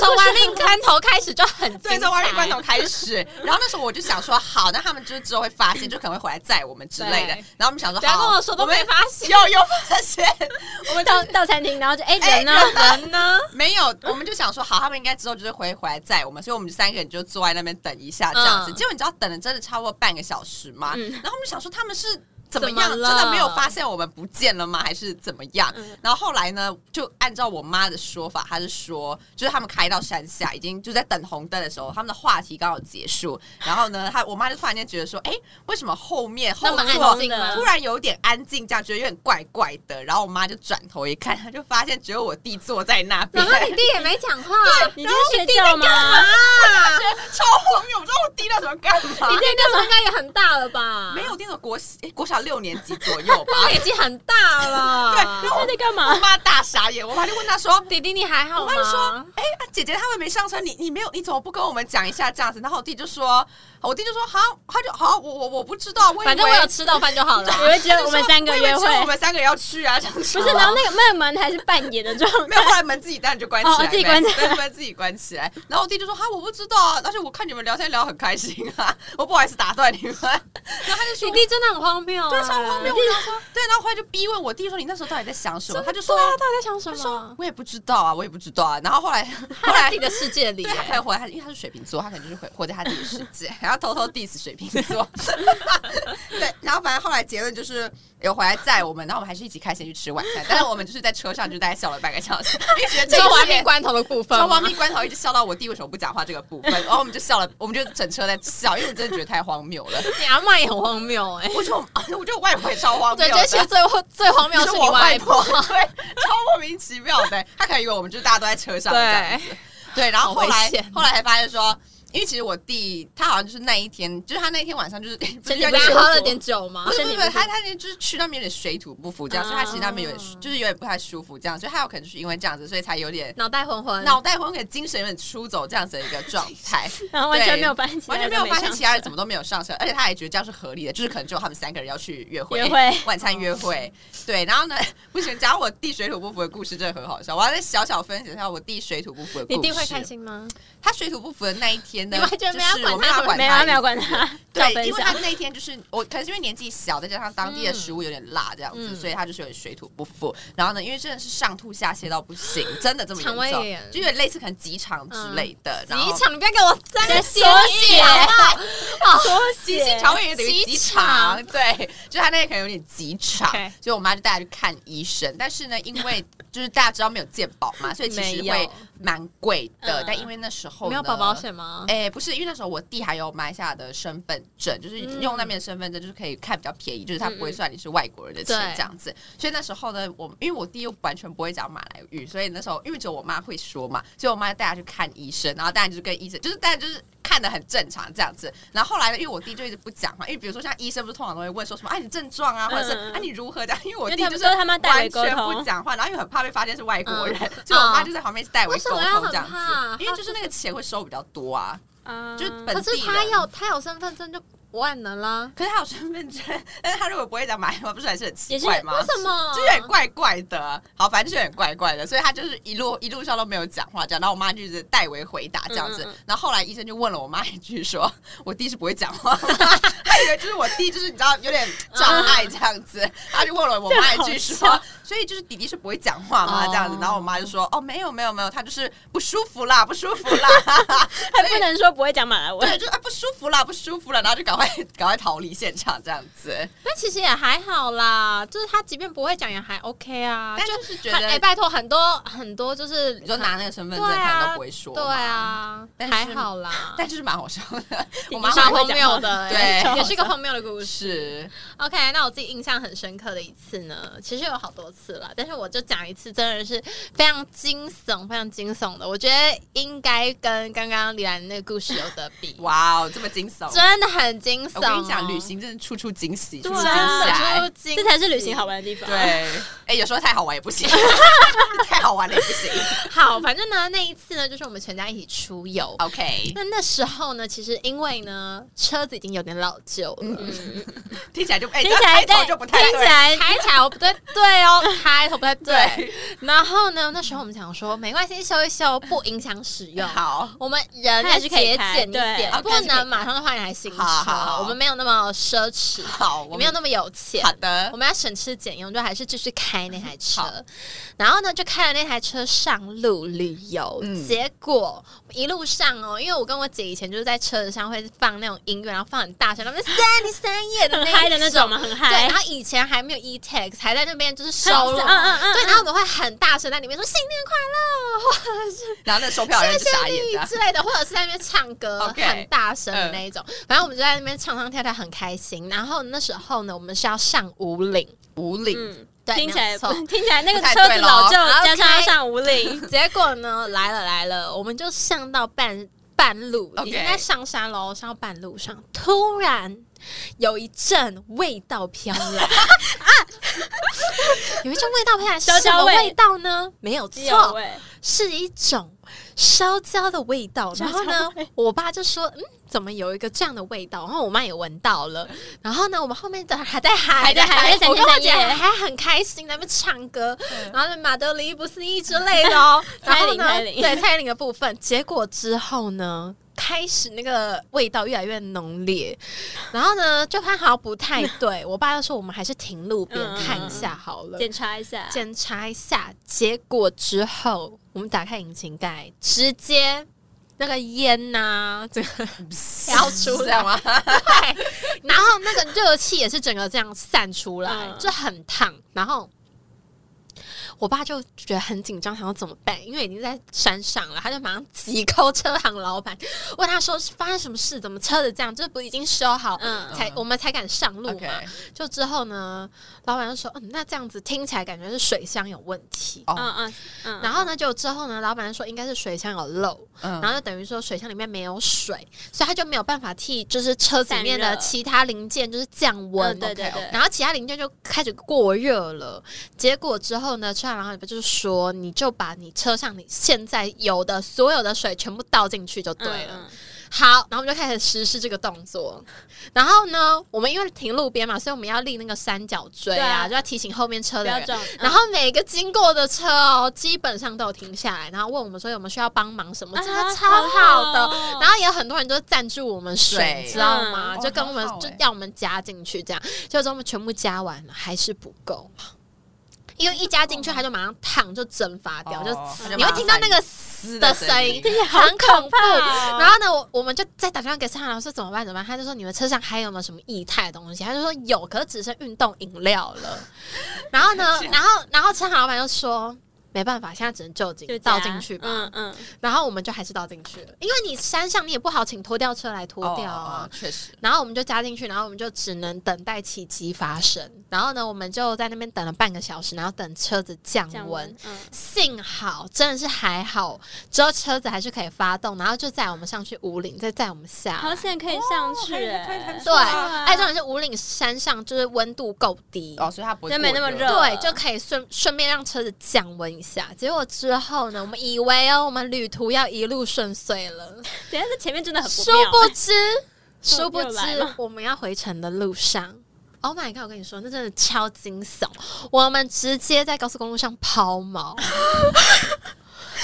Speaker 1: 从玩命关头开始就很
Speaker 3: 对，
Speaker 1: 精
Speaker 3: 从外面关
Speaker 1: 彩。
Speaker 3: 头开始， 然后那时候我就想说，好，那他们就是之后会发现，就可能会回来载我们之类的
Speaker 1: 对。
Speaker 3: 然后我们想说，
Speaker 1: 不要
Speaker 3: 好，
Speaker 1: 跟我说都
Speaker 3: 们
Speaker 1: 没发现，
Speaker 3: 有有发现，我们就
Speaker 2: 到到餐厅，然后就哎、人呢？
Speaker 1: 人呢？
Speaker 3: 没有，我们就想说，好，他们应该之后就是回回来载我们，所以我们三个人就坐在那边等一下这样子。
Speaker 1: 嗯
Speaker 3: 结果你知道等了真的超过半个小时吗？
Speaker 2: 嗯
Speaker 3: 然后我们就想说他们是。怎么样？
Speaker 1: 怎么
Speaker 3: 真
Speaker 1: 了
Speaker 3: 的没有发现我们不见了吗？还是怎么样？
Speaker 2: 嗯
Speaker 3: 然后后来呢，就按照我妈的说法，她是说，就是他们开到山下，已经就在等红灯的时候，他们的话题刚好结束。然后呢，她我妈就突然间觉得说，哎、为什么后面后
Speaker 1: 那么
Speaker 3: 座
Speaker 1: 安静吗
Speaker 3: 突？然有点安静，这样觉得有点怪怪的。然后我妈就转头一看，她就发现只有我弟坐在 那边
Speaker 1: 然。后你弟也没讲话，
Speaker 2: 你在睡觉吗？
Speaker 3: 啊，超荒谬！我不知道我弟那时候干嘛
Speaker 1: 你弟。那时候应该也很大了吧？
Speaker 3: 没，有，弟那时候国诶国小六年级左右吧。
Speaker 1: 他年纪很大了。
Speaker 3: 对，然后
Speaker 2: 他在干
Speaker 3: 我
Speaker 2: 嘛？
Speaker 3: 妈大傻眼，我妈就问他说
Speaker 1: 弟弟你还好
Speaker 3: 我妈就说
Speaker 1: 吗？：“
Speaker 3: 哎、啊姐姐他们没上车，你你没有，你怎么不跟我们讲一下这样子？”然后我弟就说：“我弟就说好，他就好，我我我不知道，我以为
Speaker 1: 反正我有吃到饭就好 了。
Speaker 2: 以为只
Speaker 3: 他就
Speaker 2: 有我
Speaker 3: 说
Speaker 2: 们三个
Speaker 3: 我以为
Speaker 2: 约
Speaker 3: 只
Speaker 2: 会
Speaker 3: 有，我们三个要去啊，这样子
Speaker 2: 不是？然后那个那个门还是半掩的状态。
Speaker 3: 没有，后来门自己当然就关起来
Speaker 2: 哦
Speaker 3: 呗，
Speaker 2: 哦自己关起来
Speaker 3: 对，门自己关起来。然后我弟就说：“哈，我不知道啊，而且我看你们聊天聊得很开心啊， 我不好意思打断你 们。”然后他就说
Speaker 1: 你。弟真的很荒谬，
Speaker 2: 啊
Speaker 3: 对，超荒谬！我就说，对，然后后来就逼问我弟说：“你那时候到底在想什么？”他就说
Speaker 1: 对啊，到底在想什：“么？
Speaker 3: 我也不知道啊，我也不知道啊。”然后后来，
Speaker 1: 他
Speaker 3: 后
Speaker 1: 在
Speaker 3: 来
Speaker 1: 自己的世界里
Speaker 3: 对，他可能活在他，因为他是水瓶座，他可能就是活活在他自己的世界，然后偷偷 diss 水瓶 座。 对，然后反正后来结论就是有回来载我们，然后我们还是一起开心去吃晚餐，但是我们就是在车上就大概笑了半个小时，一直
Speaker 1: 你说玩命关头的部分吗，
Speaker 3: 从亡命关头一直笑到我弟为什么不讲话这个部分，然后我们就笑了，我们就整车在笑，因为我真的觉得太荒谬了。
Speaker 1: 你阿嬷也很荒谬哎。
Speaker 3: 我觉得我，我觉得我外婆也超荒谬
Speaker 1: 对，
Speaker 3: 的。
Speaker 1: 这些最最荒谬
Speaker 3: 你
Speaker 1: 是
Speaker 3: 说
Speaker 1: 你
Speaker 3: 我
Speaker 1: 外
Speaker 3: 外
Speaker 1: 婆
Speaker 3: 婆，，对，超莫名其妙的。他可能以为我们就是大家都在车上这样
Speaker 1: 对，
Speaker 3: 对，然后后
Speaker 1: 好
Speaker 3: 来
Speaker 1: 危险
Speaker 3: 后来还发现说，因为其实我弟他好像就是那一天，就是他那天晚上就是 不是
Speaker 2: 体
Speaker 3: 有
Speaker 1: 不
Speaker 3: 点
Speaker 1: 是
Speaker 2: 舒
Speaker 1: 喝
Speaker 2: 服
Speaker 1: 了点酒吗
Speaker 3: 不？是
Speaker 2: 身
Speaker 3: 不
Speaker 2: 体
Speaker 3: 是，
Speaker 2: 不舒服
Speaker 3: 他他就是去那边有点水土不服这样，所以他其实那边有点
Speaker 1: 哦
Speaker 3: 就是有点不太舒服这样，所以他有可能是因为这样子，所以才有点
Speaker 1: 脑袋昏昏，
Speaker 3: 脑袋昏给精神有点出走这样子的一个状态，
Speaker 2: 然后完全没有发现，
Speaker 3: 完全没有发现其
Speaker 2: 他
Speaker 3: 他人怎么都没有上车，而且他还觉得这样是合理的，就是可能只有他们三个人要去约会，
Speaker 2: 约会
Speaker 3: 晚餐约会。 对，然后呢，不行，讲我弟水土不服的故事真的很好笑，我要再小小分享一下我弟水土不服的故事。
Speaker 1: 你弟会开心吗？
Speaker 3: 他水土不服的那一天呢，
Speaker 1: 你完全没有
Speaker 3: 就是我没有
Speaker 1: 管他
Speaker 3: 要管
Speaker 2: 没有没有
Speaker 3: 他。
Speaker 2: 管他，照
Speaker 3: 对，
Speaker 2: 分
Speaker 3: 因为 他
Speaker 2: 享。
Speaker 3: 那一天就是我，可能是因为年纪小，再加上当地的食物有点辣这样子，
Speaker 1: 嗯
Speaker 3: 所以他就是有点水土不服。然后呢，因为真的是上吐下泻到不行，真的这么严
Speaker 1: 肠胃炎
Speaker 3: 重，就有点类似可能急肠之类的。然后
Speaker 1: 你一场，你不要给我在那
Speaker 2: 缩
Speaker 1: 写
Speaker 2: 写，缩
Speaker 3: 急性
Speaker 2: 写，
Speaker 3: 肠胃炎等于
Speaker 1: 急
Speaker 3: 哦急肠，对，就他那个可能有点急肠
Speaker 2: OK
Speaker 3: 所以我妈就带他去看医生。但是呢，因为就是大家知道没有健保嘛，所以其实
Speaker 1: 没有
Speaker 3: 会蛮贵的。
Speaker 2: 嗯
Speaker 3: 但因为那时候
Speaker 1: 没有
Speaker 3: 呢
Speaker 1: 保保。险吗？
Speaker 3: 哎、不是，因为那时候我弟还有马来西亚的身份证，就是
Speaker 2: 嗯
Speaker 3: 用那边的身份证，就是可以看比较便宜，就是他不会算你是外国人的钱
Speaker 1: 嗯嗯对
Speaker 3: 这样子。所以那时候呢，我因为我弟又完全不会讲马来语，所以那时候因为只有我妈会说嘛，所以我妈带他去看医生，然后当然就是跟医生，就是当然就是。看的很正常这样子，然后后来呢，因为我弟就一直不讲嘛，因为比如说像医生不是通常都会问说什么，哎、你症状啊，或者是
Speaker 2: 嗯嗯
Speaker 3: 哎、你如何这样，因为我
Speaker 2: 因为
Speaker 3: 弟
Speaker 2: 他
Speaker 3: 就
Speaker 2: 们
Speaker 3: 是
Speaker 2: 都是他妈带
Speaker 3: 完
Speaker 2: 为沟
Speaker 3: 全不
Speaker 2: 通，嗯
Speaker 3: 讲话，然后又很怕被发现是外国人，所以我妈就在旁边代为
Speaker 1: 为什
Speaker 3: 沟
Speaker 1: 么要
Speaker 3: 通
Speaker 1: 很
Speaker 3: 这样
Speaker 1: 怕
Speaker 3: 子，因为就是那个钱会收比较多啊。
Speaker 2: 啊
Speaker 3: 就是本
Speaker 1: 嗯可是
Speaker 3: 地
Speaker 1: 他
Speaker 3: 人
Speaker 1: 有他有身份证就不万能啦，
Speaker 3: 可是他有身份证，但是他如果不会讲马来话，不是还是很奇
Speaker 2: 也是
Speaker 3: 怪吗
Speaker 1: 为？什么？
Speaker 3: 就有点怪怪的，好，反正就有点怪怪的，所以他就是一路一路上都没有讲话，这样，然后我妈就一直代为回答这样子，
Speaker 2: 嗯嗯嗯
Speaker 3: 然后后来医生就问了我妈一句说， 我弟是不会讲话，他以为就是我弟就是你知道有
Speaker 1: 嗯
Speaker 3: 点障碍这样子，他就问了我妈一句
Speaker 2: 这好
Speaker 3: 说，所以就是弟弟是不会讲话吗？
Speaker 1: 哦
Speaker 3: 这样子，然后我妈就说，哦，没有没有没有，他就是不舒服啦，不舒服啦，
Speaker 2: 还不能说不会讲马来文
Speaker 3: 对，，就啊不舒服啦，不舒服啦，然后就赶快赶快逃离现场这样子，
Speaker 1: 但其实也还好啦，就是他即便不会讲也还 OK 啊。
Speaker 3: 但
Speaker 1: 就
Speaker 3: 就是觉
Speaker 1: 他
Speaker 3: 得
Speaker 1: 哎、拜托，很多很多就是
Speaker 3: 你说拿那个身份证
Speaker 1: 对啊
Speaker 3: 可能都不会说，
Speaker 1: 对。啊，
Speaker 3: 但是
Speaker 1: 还好啦，
Speaker 3: 但就是蛮好笑的，我
Speaker 2: 弟 弟
Speaker 3: 妈
Speaker 1: 蛮
Speaker 2: 上
Speaker 3: 妈
Speaker 1: 荒
Speaker 2: 会讲话
Speaker 1: 谬的，
Speaker 3: 对
Speaker 1: 哎也是一个荒谬的故事。
Speaker 3: 是，
Speaker 1: OK，那我自己印象很深刻的一次呢，其实有好多次了，但是我就讲一次，真的是非常惊悚、非常惊悚的。我觉得应该跟刚刚李兰那个故事有得比
Speaker 3: 哇哦，这么惊悚！
Speaker 1: 真的很惊悚、
Speaker 3: 我跟你讲，旅行真的处处惊喜，处
Speaker 1: 真
Speaker 3: 处
Speaker 1: 的
Speaker 3: 惊
Speaker 1: 出
Speaker 3: 吓。
Speaker 1: 惊喜，
Speaker 2: 这才是旅行好玩的地方。
Speaker 3: 对，，哎，有时候太好玩也 不行，太好玩了也不行。
Speaker 1: 好，反正呢，那一次呢，就是我们全家一起出 游。
Speaker 3: OK，
Speaker 1: 那那时候呢，其实因为呢，车子已经有点老旧了，
Speaker 2: 嗯，
Speaker 3: 听起来就哎，
Speaker 2: 听起来
Speaker 3: 这样开头就不太
Speaker 2: 听起
Speaker 3: 对。
Speaker 2: 来
Speaker 1: 开起来我不对，对 哦，开头不太对。
Speaker 3: 对，
Speaker 1: 然后呢，那时候我们想说，没关系，修一修，不影响使用。
Speaker 3: 好，
Speaker 1: 我们人
Speaker 2: 还
Speaker 1: 还
Speaker 2: 是
Speaker 1: 是
Speaker 2: 可
Speaker 1: 可
Speaker 2: 以
Speaker 1: 以
Speaker 2: 开
Speaker 1: 节俭一点
Speaker 3: 对，
Speaker 1: 不
Speaker 3: 还是可以
Speaker 1: 能马上就换一台新车。
Speaker 3: 好好好
Speaker 1: 我们没有那么奢侈，
Speaker 3: 好，
Speaker 1: 也
Speaker 3: 我
Speaker 1: 没有那么有钱。
Speaker 3: 好 的
Speaker 1: 我，们要省吃俭用，就还是继续开那台车
Speaker 3: 好。
Speaker 1: 然后呢，就开了那台车上路旅游。
Speaker 3: 嗯
Speaker 1: 结果一路上哦，因为我跟我姐以前就是在车子上会放那种音乐，然后放很大声，他们三天三夜的
Speaker 2: 很
Speaker 1: 那
Speaker 2: 嗨的那种嘛，
Speaker 1: 嘛。
Speaker 2: 很
Speaker 1: 对，
Speaker 2: 嗨
Speaker 1: 然。后以前还没有 e tax，还在那边就是收入。
Speaker 2: 嗯嗯嗯，
Speaker 1: 对，然后我们会很大声在里面说“新年快乐”或者是
Speaker 3: 然后那售票人就傻眼这样
Speaker 1: 之类的，或者是在那边唱歌
Speaker 3: OK
Speaker 1: 很大声的那一
Speaker 2: 嗯
Speaker 1: 种。反正我们就在那边唱唱跳跳，很开心。然后那时候呢，我们是要上五岭，
Speaker 3: 无领
Speaker 2: 嗯，
Speaker 1: 对，
Speaker 2: 听起
Speaker 1: 没
Speaker 2: 来
Speaker 1: 有错
Speaker 2: 不 听起来那个车子老旧，
Speaker 1: 不太对哦咯
Speaker 2: 加上要上五岭，
Speaker 1: 结果呢，来了来了，我们就上到半半路，
Speaker 3: OK
Speaker 1: 已经在上山喽，上到半路上，突然有一阵味道飘 来，有一阵味道飘来，
Speaker 2: 烧
Speaker 1: 什
Speaker 2: 焦
Speaker 1: 么
Speaker 2: 味
Speaker 1: 味道 呢？没有
Speaker 2: 有
Speaker 1: 错，
Speaker 2: 哎，
Speaker 1: 是一种烧焦的味道。
Speaker 2: 烧
Speaker 1: 然
Speaker 2: 焦
Speaker 1: 后
Speaker 2: 味
Speaker 1: 呢，我爸就说：“嗯，怎么有一个这样的味道？”然后我妈也闻到了。然后呢，我们后面的还在嗨，
Speaker 2: 还在嗨还在嗯
Speaker 1: 我跟我姐
Speaker 2: 三天三夜
Speaker 1: 还很开心，在那边唱歌，然后呢，马德里不思议之类的哦。然后呢
Speaker 2: 蔡依林蔡依林
Speaker 1: 对蔡依林的部分，结果之后呢？开始那个味道越来越浓烈，然后呢，就看好像不太对，我爸就说我们还是停路边
Speaker 2: 嗯嗯
Speaker 1: 看
Speaker 2: 嗯
Speaker 1: 一下好了。
Speaker 2: 检查一下，
Speaker 1: 检查一下，结果之后我们打开引擎盖，直接那个烟呐、这个飘出
Speaker 3: 是这
Speaker 1: 来
Speaker 3: 样，吗？
Speaker 1: 对然后那个热气也是整个这样散出来，
Speaker 2: 嗯
Speaker 1: 就很烫。然后我爸就觉得很紧张，想要怎么办？因为已经在山上了，他就马上急 call 车行老板，问他说发生什么事，怎么车子这样？这不已经修好，
Speaker 2: 嗯，
Speaker 1: 才
Speaker 3: 嗯
Speaker 1: 我们才敢上路嘛。
Speaker 3: OK，
Speaker 1: 就之后呢，老板就说：“嗯，那这样子听起来感觉是水箱有问题。
Speaker 3: 哦
Speaker 2: 嗯嗯嗯，
Speaker 1: 然后呢，就之后呢，老板就说应该是水箱有漏，
Speaker 3: 嗯
Speaker 1: 然后就等于说水箱里面没有水，所以他就没有办法替就是车子里面
Speaker 2: 散
Speaker 1: 的
Speaker 2: 热
Speaker 1: 其他零件就是降温
Speaker 2: 嗯，对对
Speaker 3: OK，
Speaker 2: 对，
Speaker 1: 然后其他零件就开始过热了。结果之后呢，车上老板就是说，你就把你车上你现在有的所有的水全部倒进去就对了。
Speaker 2: 嗯，
Speaker 1: 好，然后我们就开始实施这个动作。然后呢，我们因为停路边嘛，所以我们要立那个三角锥
Speaker 2: 对
Speaker 1: 啊，
Speaker 2: 啊
Speaker 1: 就要提醒后面车
Speaker 2: 不
Speaker 1: 的
Speaker 2: 要嗯
Speaker 1: 人。
Speaker 2: 撞，
Speaker 1: 然后每个经过的车哦，基本上都有停下来，然后问我们说有没有需要帮忙
Speaker 2: 啊
Speaker 1: 什么，真的超啊好哦的。
Speaker 2: 的
Speaker 1: 然后也有很多人就赞助我们水
Speaker 3: 水，
Speaker 1: 你知道吗？
Speaker 3: 嗯
Speaker 1: 就跟我们
Speaker 3: 哇好好
Speaker 1: 就
Speaker 3: 欸
Speaker 1: 要我们加进去，这样，结果我们全部加完了还是不够，因为一加进去它就马上烫，就蒸发掉，就
Speaker 3: 哦
Speaker 1: 呲
Speaker 3: 它就
Speaker 1: 你会
Speaker 3: 马
Speaker 1: 听到
Speaker 3: 上
Speaker 1: 那个
Speaker 3: 撕
Speaker 1: 嘶的声 音，很恐怖。
Speaker 3: 嗯
Speaker 2: 哦
Speaker 1: 然后呢，我我们就再打电话给车上老师怎么办？怎么办？他就说你们车上还有没有什么液态的东西？他就说有，可是只剩运动饮料了。然后呢
Speaker 3: 这，样
Speaker 1: 然后然后车行老板就说。没办法，现在只能就近
Speaker 2: 就
Speaker 1: 倒
Speaker 2: 加
Speaker 1: 进去吧。
Speaker 2: 嗯嗯，
Speaker 1: 然后我们就还是倒进去了，因为你山上你也不好请拖吊车来拖
Speaker 3: 哦
Speaker 1: 吊啊。
Speaker 3: 确实。
Speaker 1: 然后我们就加进去，然后我们就只能等待奇迹发生。然后呢，我们就在那边等了半个小时，然后等车子降
Speaker 2: 降
Speaker 1: 温
Speaker 2: 温。，嗯，
Speaker 1: 幸好真的是还好，之后车子还是可以发动，然后就载我们上去五岭，再载我们下
Speaker 2: 好
Speaker 1: 来。
Speaker 2: 险可以上去、
Speaker 3: 还还
Speaker 2: 欸
Speaker 3: 还，
Speaker 1: 对，
Speaker 3: 哇
Speaker 1: 哎，重点是五岭山上就是温度够低，
Speaker 3: 哦，所以它不会
Speaker 2: 就没那么
Speaker 3: 过
Speaker 2: 热
Speaker 1: 对，就可以顺顺便让车子降温一下。结果之后呢，我们以为哦，我们旅途要一路顺遂了，
Speaker 2: 等一下这前面真的 很
Speaker 1: 殊
Speaker 2: 呃不妙，
Speaker 1: 不知，殊
Speaker 2: 又
Speaker 1: 不知
Speaker 2: 来了
Speaker 1: 我们要回程的路上。Oh my god！我跟你说，那真的超惊悚。我们直接在高速公路上抛 锚，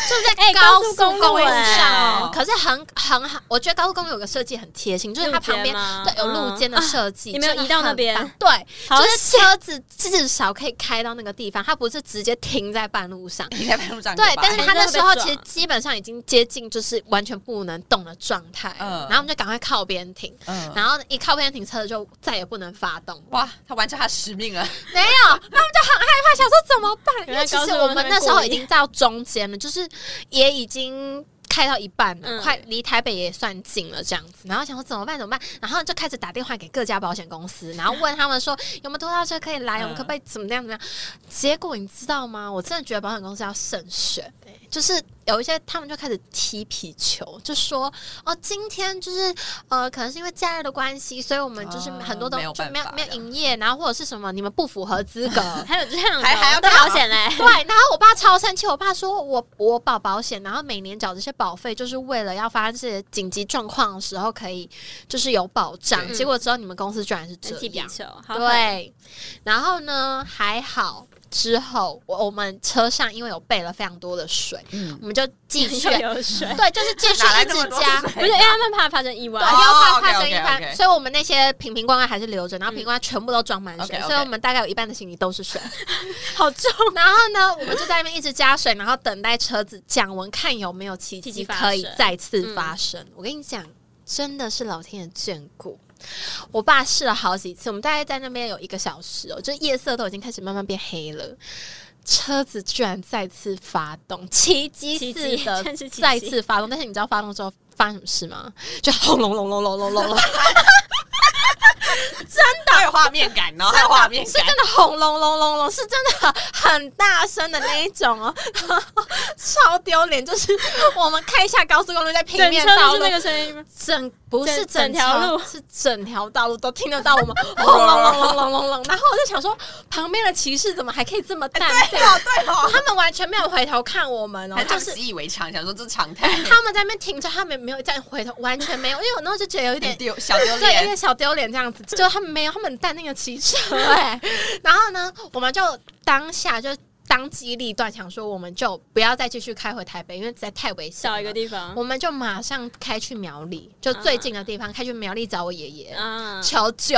Speaker 1: 就是在
Speaker 2: 哎
Speaker 1: 高
Speaker 2: 高
Speaker 1: 速
Speaker 2: 速
Speaker 1: 公
Speaker 2: 公
Speaker 1: 路
Speaker 2: 路
Speaker 1: 上。
Speaker 2: 哎
Speaker 1: 可是很很好，我觉得高速公路有个设计很贴心，就是它
Speaker 2: 路肩
Speaker 1: 旁边
Speaker 2: 吗
Speaker 1: 对有路
Speaker 2: 嗯
Speaker 1: 肩的设计，
Speaker 2: 你没有
Speaker 1: 真的
Speaker 2: 移到那
Speaker 1: 很
Speaker 2: 边
Speaker 1: 棒对，
Speaker 2: 好
Speaker 1: 就是车子至少可以开到那个地方，它不是直接停在半路上。
Speaker 3: 你在半路上
Speaker 1: 对，但是
Speaker 2: 吧
Speaker 1: 他那
Speaker 2: 还是会
Speaker 1: 时
Speaker 2: 被
Speaker 1: 候其实
Speaker 3: 啊
Speaker 2: 撞
Speaker 1: 基本上已经接近就是完全不能动的状态了，
Speaker 3: 嗯
Speaker 1: 然后我们就赶快靠边停，
Speaker 3: 嗯，
Speaker 1: 然后一靠边停车就再也不能发动了，
Speaker 3: 哇，他完成他的使命了，
Speaker 1: 没有，那我们就很害怕，想说怎么办？因
Speaker 2: 原
Speaker 1: 为
Speaker 2: 来
Speaker 1: 其
Speaker 2: 高
Speaker 1: 实
Speaker 2: 速公
Speaker 1: 我
Speaker 2: 路
Speaker 1: 们
Speaker 2: 那边
Speaker 1: 那时候
Speaker 2: 过
Speaker 1: 已
Speaker 2: 夜
Speaker 1: 经到中间了，就是也已经。开到一半了，
Speaker 2: 嗯
Speaker 1: 快离台北也算近了，这样子。然后想说怎么办？怎么办？然后就开始打电话给各家保险公司，然后问他们说有没有拖吊车可以来，我们
Speaker 3: 嗯
Speaker 1: 可不可以怎么样怎么样？结果你知道吗？我真的觉得保险公司要慎选、欸，就是有一些他们就开始踢皮球，就说哦，今天就是呃，可能是因为假日的关系，所以我们就是
Speaker 3: 哦
Speaker 1: 很多都
Speaker 3: 没有
Speaker 1: 就
Speaker 3: 办
Speaker 1: 没有
Speaker 3: 法
Speaker 1: 没有
Speaker 3: 这样
Speaker 1: 营业，然后或者是什么你们不符合资格。
Speaker 2: 还有这样的
Speaker 3: 还还要
Speaker 2: 都
Speaker 3: 干嘛
Speaker 2: 好险嘞，
Speaker 1: 对，然后我爸超生气，我爸说我我保保险，然后每年缴这些保费，就是为了要发生这些紧急状况的时候可以就是有保障。
Speaker 2: 对
Speaker 1: 结果之后你们公司居然是这
Speaker 2: 踢皮
Speaker 1: 样，
Speaker 2: 球，好 狠，
Speaker 1: 对。然后呢，还好之后我我们车上因为有备了非常多的水，
Speaker 3: 嗯，
Speaker 1: 我们就继续，
Speaker 2: 又 有水，
Speaker 1: 对， 就是继续
Speaker 3: 哪来
Speaker 1: 一
Speaker 3: 那么
Speaker 1: 直
Speaker 3: 多啊
Speaker 1: 加。
Speaker 2: 不是因为哎他们怕发生意外
Speaker 1: 对，，
Speaker 3: 哦
Speaker 1: 要怕
Speaker 3: OK，
Speaker 1: 怕生意
Speaker 3: OK，
Speaker 1: 怕
Speaker 3: OK
Speaker 1: 所以我们那些瓶瓶罐罐还是留着，然后
Speaker 2: 嗯
Speaker 1: 瓶罐全部都装满水，
Speaker 3: OK，OK
Speaker 1: 所以我们大概有一半的行李都是水。
Speaker 2: 好重，
Speaker 1: 然后呢，我们就在那边一直加水，然后等待车子降温，看有没有奇迹
Speaker 2: 奇迹发
Speaker 1: 可以
Speaker 2: 生
Speaker 1: 再次发生。我跟你讲，真的是老天爷眷顾。我爸试了好几次，我们大概在那边有一个小时哦，就是夜色都已经开始慢慢变黑了，车子居然再次发动，奇迹
Speaker 2: 奇
Speaker 1: 似
Speaker 2: 迹
Speaker 1: 的
Speaker 2: 真是奇迹
Speaker 1: 再次发动。但是你知道发动之后发生什么事吗？就轰隆隆隆隆隆隆隆，
Speaker 3: 他有画面感，然哦后还有画面
Speaker 1: 是
Speaker 3: 感
Speaker 1: 真，的轰隆隆隆隆，是真的很大声的那一种哦， 超丢脸。就是我们开下高速公路，在平
Speaker 2: 整
Speaker 1: 面
Speaker 2: 车
Speaker 1: 道
Speaker 2: 都
Speaker 1: 路
Speaker 2: 是那，个声音吗？
Speaker 1: 整不是
Speaker 2: 整
Speaker 1: 整
Speaker 2: 整条路
Speaker 1: 是整条道路都听得到我们轰隆隆隆隆隆隆。然后我就想说，旁边的骑士怎么还可以这么淡定？
Speaker 3: 对哦对 哦，
Speaker 1: 他们完全没有回头看我们哦
Speaker 3: 还，是他
Speaker 1: 就是
Speaker 3: 们习以为常，想说这是常态，
Speaker 1: 他们在那边停着，他们没有再回头，完全没有。因为我那时候就觉得有一点
Speaker 3: 丢小丢
Speaker 1: 对，有
Speaker 3: 脸
Speaker 1: 点，小丢脸这 样子，就他们没有，他们很淡定的骑车哎、然后呢，我们就当下就当机立断，想说我们就不要再继续开回台北，因为实在太危险了。
Speaker 2: 找一个地方嗯
Speaker 1: 我们就马上开去苗栗，就最近的地方，开去苗栗找我爷爷。
Speaker 2: 啊，
Speaker 1: 求救，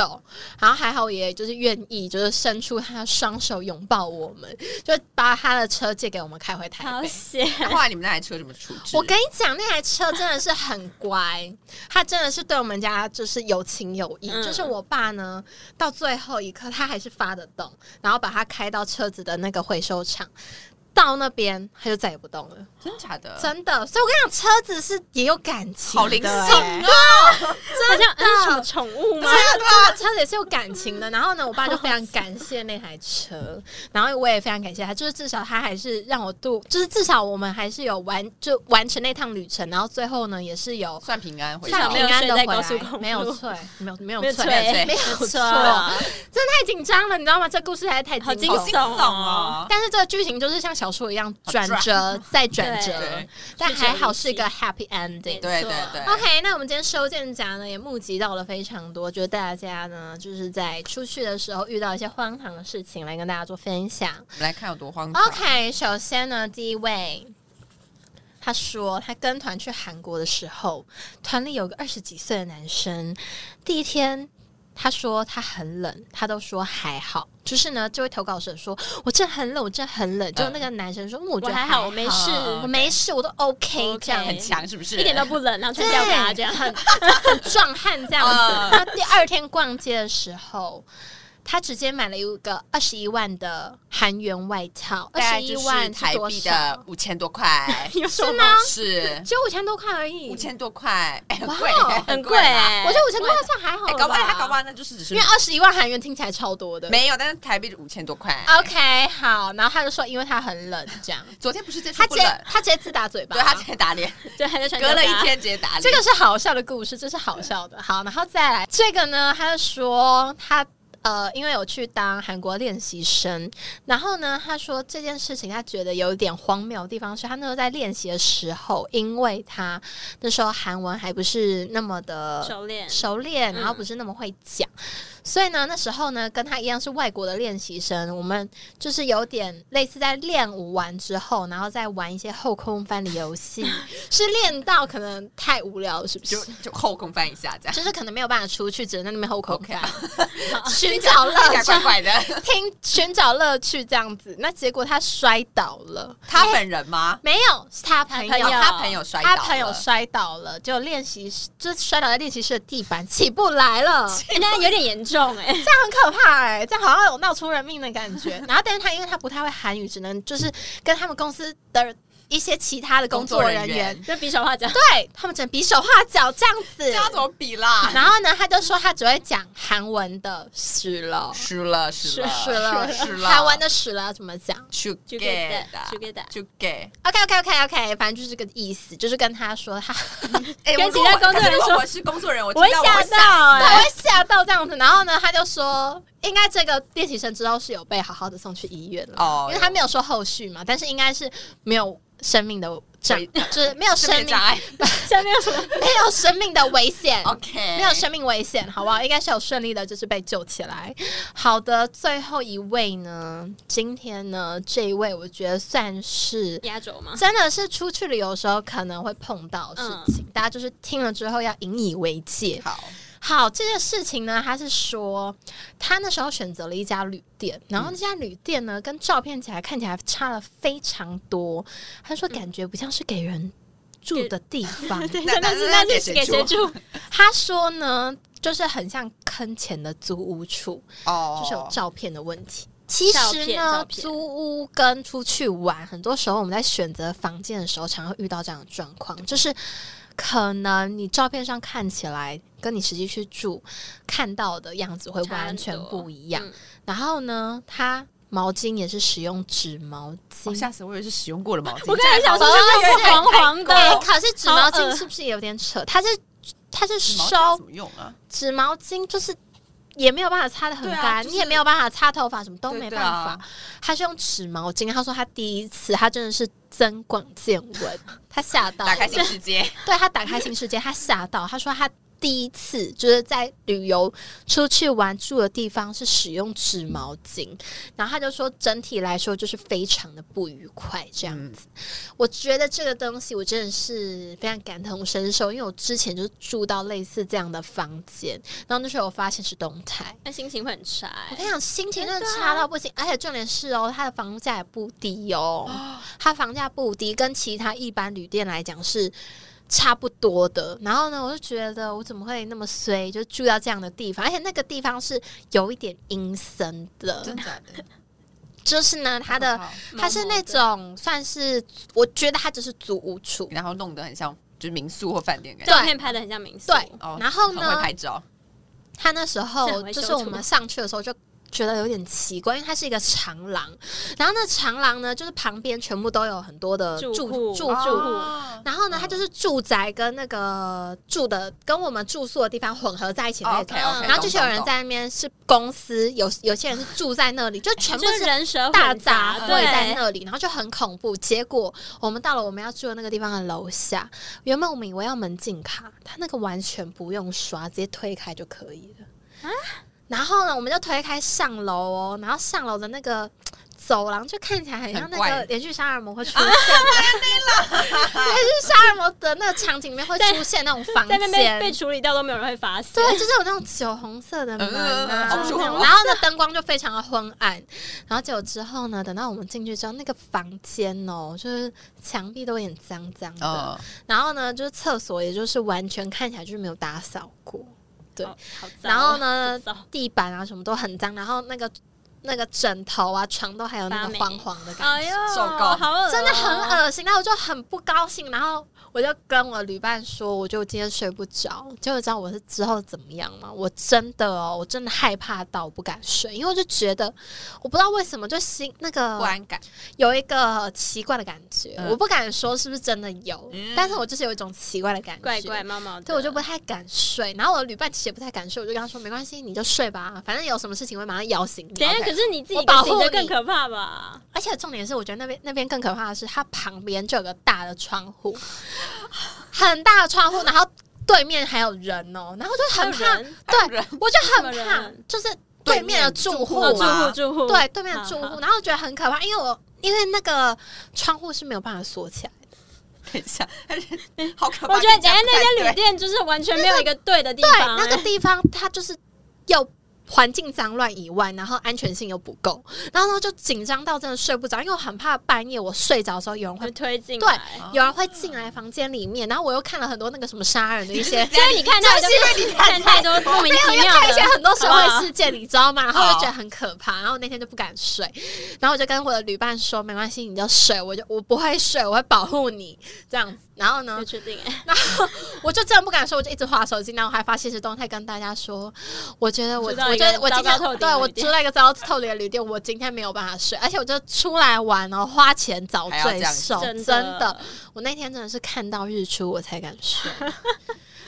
Speaker 1: 然后还好，我爷爷就是愿意，就是伸出他的双手拥抱我们，就把他的车借给我们开回台
Speaker 2: 好
Speaker 1: 北。
Speaker 2: 险，
Speaker 3: 后来你们那台车怎么处置？
Speaker 1: 我跟你讲，那台车真的是很乖，他真的是对我们家就是有情有义。
Speaker 2: 嗯
Speaker 1: 就是我爸呢，到最后一刻他还是发得动，然后把它开到车子的那个回收厂。到那边他就再也不动了，
Speaker 3: 真假的，
Speaker 1: 真的。所以我跟你讲，车子是也有感情的，
Speaker 3: 嗯好灵性
Speaker 1: 欸
Speaker 3: 啊，
Speaker 2: 好像嗯什么宠物吗
Speaker 1: 真？的，真的，啊车子也是有感情的。然后呢，我爸就非常感谢那台车，然后我也非常感谢他，就是至少他还是让我度，就是至少我们还是有完就完成那趟旅程，然后最后呢也是有
Speaker 3: 算平安回
Speaker 2: 至
Speaker 3: 家哦
Speaker 2: 少
Speaker 1: 算平
Speaker 2: 没有
Speaker 1: 安的
Speaker 2: 睡在
Speaker 1: 回
Speaker 2: 高速
Speaker 1: 来，
Speaker 2: 公
Speaker 1: 没有
Speaker 2: 路
Speaker 1: 错，没有没有
Speaker 2: 没有
Speaker 1: 错，
Speaker 2: 催
Speaker 3: 对
Speaker 1: 没有
Speaker 2: 车
Speaker 1: 错，
Speaker 2: 啊
Speaker 1: 真的太紧张了，你知道吗？这故事还太
Speaker 2: 好
Speaker 1: 紧
Speaker 2: 惊
Speaker 1: 了
Speaker 2: 悚
Speaker 3: 惊悚哦，
Speaker 1: 但是这个剧情就是像小说一样
Speaker 3: 好
Speaker 1: 转折再转折
Speaker 3: 对，
Speaker 1: 但还好是一
Speaker 2: 曲折
Speaker 1: 个 happy ending。
Speaker 3: 对对对，
Speaker 1: OK，那我们今天收件夹呢，也募集到了非常多，就是大家呢，就是在出去的时候遇到一些荒唐的事情，来跟大家做分享。
Speaker 3: 我们来看有多荒唐。
Speaker 1: OK，首先呢，第一位，他说他跟团去韩国的时候，团里有个二十几岁的男生，第一天。他说他很冷，他都说还好。就是呢，这位投稿者说：“我这很冷，我这很冷。”就那个男生说：“嗯我觉
Speaker 2: 我
Speaker 1: 得
Speaker 2: 还好，我没事，
Speaker 3: 哦
Speaker 1: 我没事，我都 OK 这样。
Speaker 2: OK
Speaker 3: 很强是不是？
Speaker 2: 一点都不冷，然后穿吊嘎这样，，
Speaker 1: 很壮汉这样子。
Speaker 3: 嗯
Speaker 1: 然后第二天逛街的时候，他直接买了一个二十一万的韩元外套，二
Speaker 3: 大概
Speaker 1: 十一
Speaker 3: 就是
Speaker 1: 万是
Speaker 3: 台
Speaker 1: 多
Speaker 3: 币
Speaker 1: 少
Speaker 3: 的五千 多块
Speaker 2: 有什
Speaker 1: 是
Speaker 2: 么？
Speaker 1: 吗？
Speaker 3: 是
Speaker 1: 只有五千多块而已，
Speaker 3: 五千多块， 哎，很
Speaker 1: 哇哦
Speaker 3: 贵，
Speaker 2: 很贵、
Speaker 3: 贵啊。
Speaker 1: 我觉得五千多块算还好
Speaker 3: 哎，
Speaker 1: 了吧、
Speaker 3: 搞不好他搞不好那就是只是
Speaker 1: 因为二十一万韩元听起来超多的。
Speaker 3: 没有，但是台币五千多块。
Speaker 1: OK，好，然后他就说，因为他很冷，这样，
Speaker 3: 昨天不是接触
Speaker 1: 他
Speaker 3: 不
Speaker 1: 直接
Speaker 3: 冷，
Speaker 1: 他直接自打嘴巴，
Speaker 3: 对他直接打脸，
Speaker 2: 对，他就穿
Speaker 3: 隔了
Speaker 2: 吊
Speaker 3: 一
Speaker 2: 嘎，
Speaker 3: 天直接打脸。
Speaker 1: 这个是好笑的故事，这是好笑的。好，然后再来这个呢，他是说他呃，因为有去当韩国练习生，然后呢，他说这件事情他觉得有一点荒谬的地方是，他那时候在练习的时候，因为他那时候韩文还不是那么的
Speaker 2: 手 链，
Speaker 1: 熟练，
Speaker 2: 嗯
Speaker 1: 然后不是那么会讲，所以呢，那时候呢，跟他一样是外国的练习生，我们就是有点类似在练舞完之后，然后再玩一些后空翻的游 戏，是练到可能太无聊了，是不是
Speaker 3: 就？就后空翻一下这 样，
Speaker 1: 就是可能没有办法出去，只能在那边后空
Speaker 3: OK
Speaker 1: 翻 寻找乐
Speaker 3: 听起来怪
Speaker 1: 趣，
Speaker 3: 怪的。
Speaker 1: 听寻找乐趣这样子。那结果他摔倒了，
Speaker 3: 他本人吗？
Speaker 1: 没有是他朋
Speaker 2: 朋
Speaker 1: 友
Speaker 2: 友，
Speaker 3: 他朋友摔倒
Speaker 1: 他
Speaker 3: 了，
Speaker 1: 朋友摔倒了，就练习就摔倒在练习室的地板，起不来了。
Speaker 2: 哎那有点严重 哎、
Speaker 1: 这样很可怕哎、这样好像有闹出人命的感觉。 然后，但是他因为他不太会韩语，只能就是跟他们公司的一些其他的工作人
Speaker 3: 工作人
Speaker 1: 员，
Speaker 3: 员
Speaker 2: 就比手画脚，
Speaker 1: 对他们只能比手画脚这样
Speaker 3: 这要怎
Speaker 1: 子。
Speaker 3: 么比啦？
Speaker 1: 然后呢，他就说他只会讲韩文的死了，
Speaker 3: 输了，输了，
Speaker 1: 死了，
Speaker 3: 输了，
Speaker 1: 韩文的死了怎么讲
Speaker 3: 就
Speaker 2: 就
Speaker 3: 给
Speaker 2: 给
Speaker 3: 的
Speaker 2: 的，就给的
Speaker 3: 就给。
Speaker 1: ？OK OK OK OK，反正就是这个意思，就是跟他说 他
Speaker 3: 哎
Speaker 2: 跟
Speaker 3: 我如
Speaker 2: 其他
Speaker 3: 果
Speaker 2: 工作人
Speaker 3: 可是如果
Speaker 2: 说
Speaker 3: 我是工作人员，我
Speaker 2: 我会
Speaker 3: 听到我
Speaker 2: 吓到哎、
Speaker 1: 他会吓到这样子。然后呢，他就说，应该这个练习生之后是有被好好的送去医院了，
Speaker 3: 哦
Speaker 1: 因为他没有说后续嘛，但是应该是没有生命的障
Speaker 3: 危，
Speaker 1: 就是没有生
Speaker 3: 生命
Speaker 1: 命
Speaker 3: 障碍。
Speaker 2: 下面有什么？
Speaker 1: 没有生命的危险。
Speaker 3: OK，
Speaker 1: 没有生命危险，好不好？应该是有顺利的，就是被救起来。好的，最后一位呢？今天呢，这一位我觉得算是
Speaker 2: 压轴吗？
Speaker 1: 真的是出去旅游的时候可能会碰到的事情，大家就是听了之后要引以为戒。
Speaker 3: 好，
Speaker 1: 好，这件事情呢，他是说他那时候选择了一家旅店，然后那家旅店呢，跟照片起来看起来差了非常多。他说感觉不像是给人住的地方。
Speaker 2: 对，
Speaker 3: 那
Speaker 2: 那
Speaker 3: 那
Speaker 2: 是
Speaker 3: 那
Speaker 2: 那
Speaker 3: 给
Speaker 2: 是
Speaker 3: 谁
Speaker 2: 给谁住？
Speaker 1: 他说呢，就是很像坑钱的租屋处，
Speaker 3: 哦
Speaker 1: 就是有照片的问题。其
Speaker 2: 照
Speaker 1: 实
Speaker 2: 片
Speaker 1: 呢
Speaker 2: 照，片
Speaker 1: 租屋跟出去玩，很多时候我们在选择房间的时候，常会遇到这样的状况，就是可能你照片上看起来跟你实际去住看到的样子会
Speaker 2: 差很
Speaker 1: 完全
Speaker 2: 多
Speaker 1: 不一样。
Speaker 2: 嗯
Speaker 1: 然后呢，它毛巾也是使用纸毛
Speaker 3: 哦
Speaker 1: 巾，
Speaker 3: 吓死我，以为是使用过 的毛巾。
Speaker 2: 我刚才想说
Speaker 1: 哦
Speaker 2: 是不
Speaker 1: 是
Speaker 2: 是黄黄
Speaker 1: 对，
Speaker 2: 的？哦
Speaker 1: 可是哎纸毛
Speaker 2: 好
Speaker 1: 巾
Speaker 2: 恶
Speaker 1: 是不是有点扯？它是它是
Speaker 3: 呃纸毛巾
Speaker 1: 收
Speaker 3: 怎么用啊？
Speaker 1: 纸毛巾就是也没有办法擦的很
Speaker 3: 对啊
Speaker 1: 干，
Speaker 3: 就是
Speaker 1: 你也没有办法擦头发，什么都没办
Speaker 3: 对
Speaker 1: 法。
Speaker 3: 对啊
Speaker 1: 他是用纸毛巾，他说他第一次，他真的是增广见 闻，他吓到了，
Speaker 3: 打开新 世界，
Speaker 1: 对他打开新世界，他吓到，他说他。第一次就是在旅游出去玩住的地方是使用纸毛巾，然后他就说整体来说就是非常的不愉快这样子。
Speaker 3: 嗯
Speaker 1: 我觉得这个东西我真的是非常感同身受，因为我之前就是住到类似这样的房间，然后那时候我发现是动态，
Speaker 2: 那心情会很差哎、
Speaker 1: 我跟你讲，心情真的啊差到不行，而且重点是哦，它的房价也不低哦，它房价不低，跟其他一般旅店来讲是差不多的。然后呢，我就觉得我怎么会那么衰，就住到这样的地方，而且那个地方是有一点阴森的，
Speaker 3: 假的？
Speaker 1: 就是呢，它的
Speaker 3: 好，
Speaker 1: 它是那种算是，我觉得它就是租屋处，
Speaker 3: 然后弄得很像就是民宿或饭店感觉。
Speaker 2: 照片拍的很像明星，
Speaker 1: 对
Speaker 3: 哦，
Speaker 1: 然后
Speaker 3: 很
Speaker 1: 呢
Speaker 3: 会，拍照，
Speaker 1: 他那时
Speaker 2: 是
Speaker 1: 候
Speaker 2: 很会
Speaker 1: 就是
Speaker 2: 修
Speaker 1: 我
Speaker 2: 图
Speaker 1: 们上去的时候就。觉得有点奇怪，因为它是一个长廊，然后那长廊呢，就是旁边全部都有很多的住
Speaker 2: 住
Speaker 1: 住
Speaker 2: 户
Speaker 1: 住
Speaker 2: 哦
Speaker 1: 户，
Speaker 3: 户
Speaker 1: 然后呢，它就是住宅跟那个住的跟我们住宿的地方混合在一起那种，
Speaker 3: OK OK，
Speaker 2: 嗯
Speaker 1: 然后就是有人在那边是公司，有有些人是住在那里，就全部
Speaker 2: 就是是人蛇混
Speaker 1: 大杂烩
Speaker 2: 对
Speaker 1: 在那里，然后就很恐怖。结果我们到了我们要住的那个地方的楼下，原本我们以为要门禁卡，他那个完全不用刷，直接推开就可以了。
Speaker 2: 啊
Speaker 1: 然后呢，我们就推开上楼哦，然后上楼的那个走廊就看起来很像那
Speaker 3: 很
Speaker 1: 个
Speaker 3: 怪
Speaker 1: 连续杀人魔会出 现
Speaker 2: 啊
Speaker 1: 的， 连续杀人魔的那个场景里面会
Speaker 2: 在
Speaker 1: 出现那种房
Speaker 2: 在那边
Speaker 1: 间，
Speaker 2: 被处理掉都没有人会发现。
Speaker 1: 对，就是有那种酒红色的门啊，
Speaker 3: 嗯
Speaker 2: 嗯嗯
Speaker 1: 然后呢灯光就非常的昏暗，然后结果之后呢，等到我们进去之后，那个房间哦，就是墙壁都有点脏脏的，
Speaker 3: 嗯，
Speaker 1: 然后呢，就是厕所也就是完全看起来就是没有打扫过，对
Speaker 2: 好好糟哦
Speaker 1: 然后呢
Speaker 2: 好糟
Speaker 1: 地板啊什么都很脏，然后那个那个枕头啊床都还有那
Speaker 2: 发
Speaker 1: 个
Speaker 2: 霉
Speaker 1: 黄黄
Speaker 3: 哦
Speaker 1: 的感
Speaker 2: 哎
Speaker 1: 觉。
Speaker 2: 呦，
Speaker 3: 受够
Speaker 2: 好恶哦
Speaker 1: 真的很恶心，然后我就很不高兴，然后我就跟我旅伴说，我就今天睡不着，结果你知道我是之后怎么样吗？我真的哦，我真的害怕到我不敢睡，因为我就觉得我不知道为什么就心那个
Speaker 3: 不安感。
Speaker 1: 有一个奇怪的感觉，
Speaker 3: 嗯
Speaker 1: 我不敢说是不是真的有，
Speaker 3: 嗯
Speaker 1: 但是我就是有一种奇怪的感觉，
Speaker 2: 怪怪啊猫猫的，
Speaker 1: 对，我就不太敢睡。然后我的旅伴其实也不太敢睡，我就跟他说没关系，你就睡吧，反正有什么事情会马上摇醒你
Speaker 2: 等。一下，
Speaker 3: OK
Speaker 2: 可是你自己
Speaker 1: 我保
Speaker 2: 一个醒
Speaker 1: 护
Speaker 2: 着更
Speaker 1: 你
Speaker 2: 可怕吧？
Speaker 1: 而且重点是，我觉得那边那边更可怕的是，它旁边就有个大的窗户，很大的窗户，然后对面还有人哦，然后就很怕，
Speaker 2: 人
Speaker 1: 对
Speaker 3: 人
Speaker 1: 我就很
Speaker 2: 什么
Speaker 1: 怕
Speaker 2: 人，
Speaker 1: 就是
Speaker 3: 对
Speaker 1: 对面的
Speaker 3: 面
Speaker 1: 住户啊
Speaker 2: 哦，
Speaker 3: 户我
Speaker 2: 住
Speaker 3: 嘛
Speaker 2: 户嗯住户
Speaker 1: 对，对面的住
Speaker 2: 好
Speaker 1: 户，啊
Speaker 2: 好
Speaker 1: 然后我觉得很可怕，因为我因为那个窗户是没有办法锁起来。
Speaker 3: 等一下，好可怕！
Speaker 2: 我觉得等
Speaker 3: 听
Speaker 2: 下
Speaker 3: 起来不太
Speaker 2: 那
Speaker 3: 对
Speaker 2: 间旅店就是完全没有一个对的地
Speaker 1: 对，
Speaker 2: 方，
Speaker 1: 那个
Speaker 2: 哎
Speaker 1: 地方它就是又环境脏乱以外，然后安全性又不够，然后呢就紧张到真的睡不着，因为我很怕半夜我睡着的时候有人
Speaker 2: 就
Speaker 1: 会。
Speaker 2: 推进
Speaker 1: 对
Speaker 2: 来。
Speaker 1: 有人会进来房间里面，然后我又看了很多那个什么杀人的一些，
Speaker 2: 所以你看到就是你看太多莫名其
Speaker 1: 因为
Speaker 2: 妙
Speaker 1: 看一些
Speaker 2: 的，
Speaker 1: 很多社会事件，你知道吗？然后我就
Speaker 3: 好
Speaker 1: 觉得很可怕，然后那天就不敢睡，然后我就跟我的旅伴说，没关系，你就睡，我就我不会睡，我会保护你这样子。然后呢
Speaker 2: 就，确定哎，
Speaker 1: 我就真的不敢说，我就一直划手机，然后我还发现实动态跟大家说，我觉得我，
Speaker 2: 知道
Speaker 1: 我
Speaker 2: 一个
Speaker 1: 觉得我今
Speaker 2: 糟糕透
Speaker 1: 天
Speaker 2: 顶
Speaker 1: 对
Speaker 2: 的
Speaker 1: 我
Speaker 2: 旅店
Speaker 1: 住在一个糟糕透顶的旅店，我今天没有办法睡，而且我就出来玩哦，花钱找
Speaker 3: 还要这
Speaker 1: 罪
Speaker 3: 样子
Speaker 1: 受，真
Speaker 2: 真
Speaker 1: 的，我那天真的是看到日出我才敢 睡，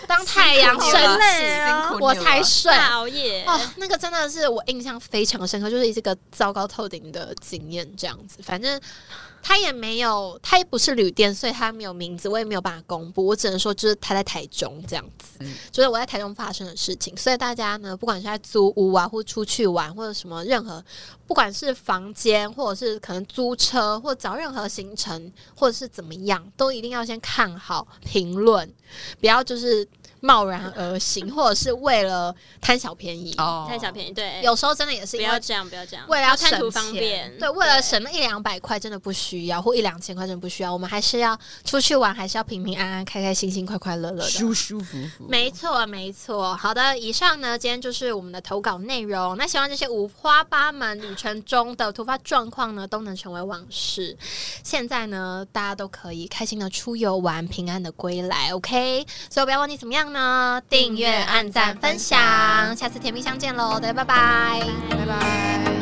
Speaker 1: 当太阳
Speaker 3: 辛
Speaker 1: 升
Speaker 3: 苦了
Speaker 1: 起
Speaker 3: 辛苦你了欸
Speaker 1: 我才睡。
Speaker 2: 大熬夜
Speaker 1: 哦，那个真的是我印象非常深刻，就是一个糟糕透顶的经验这样子。反正他也没有，他也不是旅店，所以他没有名字，我也没有办法公布。我只能说，就是他在台中这样子，
Speaker 3: 嗯
Speaker 1: 就是我在台中发生的事情。所以大家呢，不管是在租屋啊，或出去玩，或者什么任何，不管是房间，或者是可能租车，或找任何行程，或者是怎么样，都一定要先看好评论，不要就是贸然而行，或者是为了贪小便宜。
Speaker 3: 哦
Speaker 2: 贪小便宜，对，
Speaker 1: 有时候真的也是
Speaker 2: 不
Speaker 1: 因
Speaker 2: 要
Speaker 1: 为
Speaker 2: 这样，不要这样，
Speaker 1: 为了要省
Speaker 2: 贪图
Speaker 1: 钱，
Speaker 2: 方便，
Speaker 1: 对，为了省那一两百块真的不需要，或一两千块真的不需要，我们还是要出去玩，还是要平平安安、开开心心、快快乐乐的。
Speaker 3: 舒服服
Speaker 1: 没错，没错。好的，以上呢，今天就是我们的投稿内容。那希望这些五花八门旅程中的突发状况呢，都能成为往事。现在呢，大家都可以开心的出游玩，平安的归来。OK，所以不要忘记怎么样呢？订阅、按赞、分享，下次甜蜜相见喽！大家拜拜
Speaker 3: 拜拜。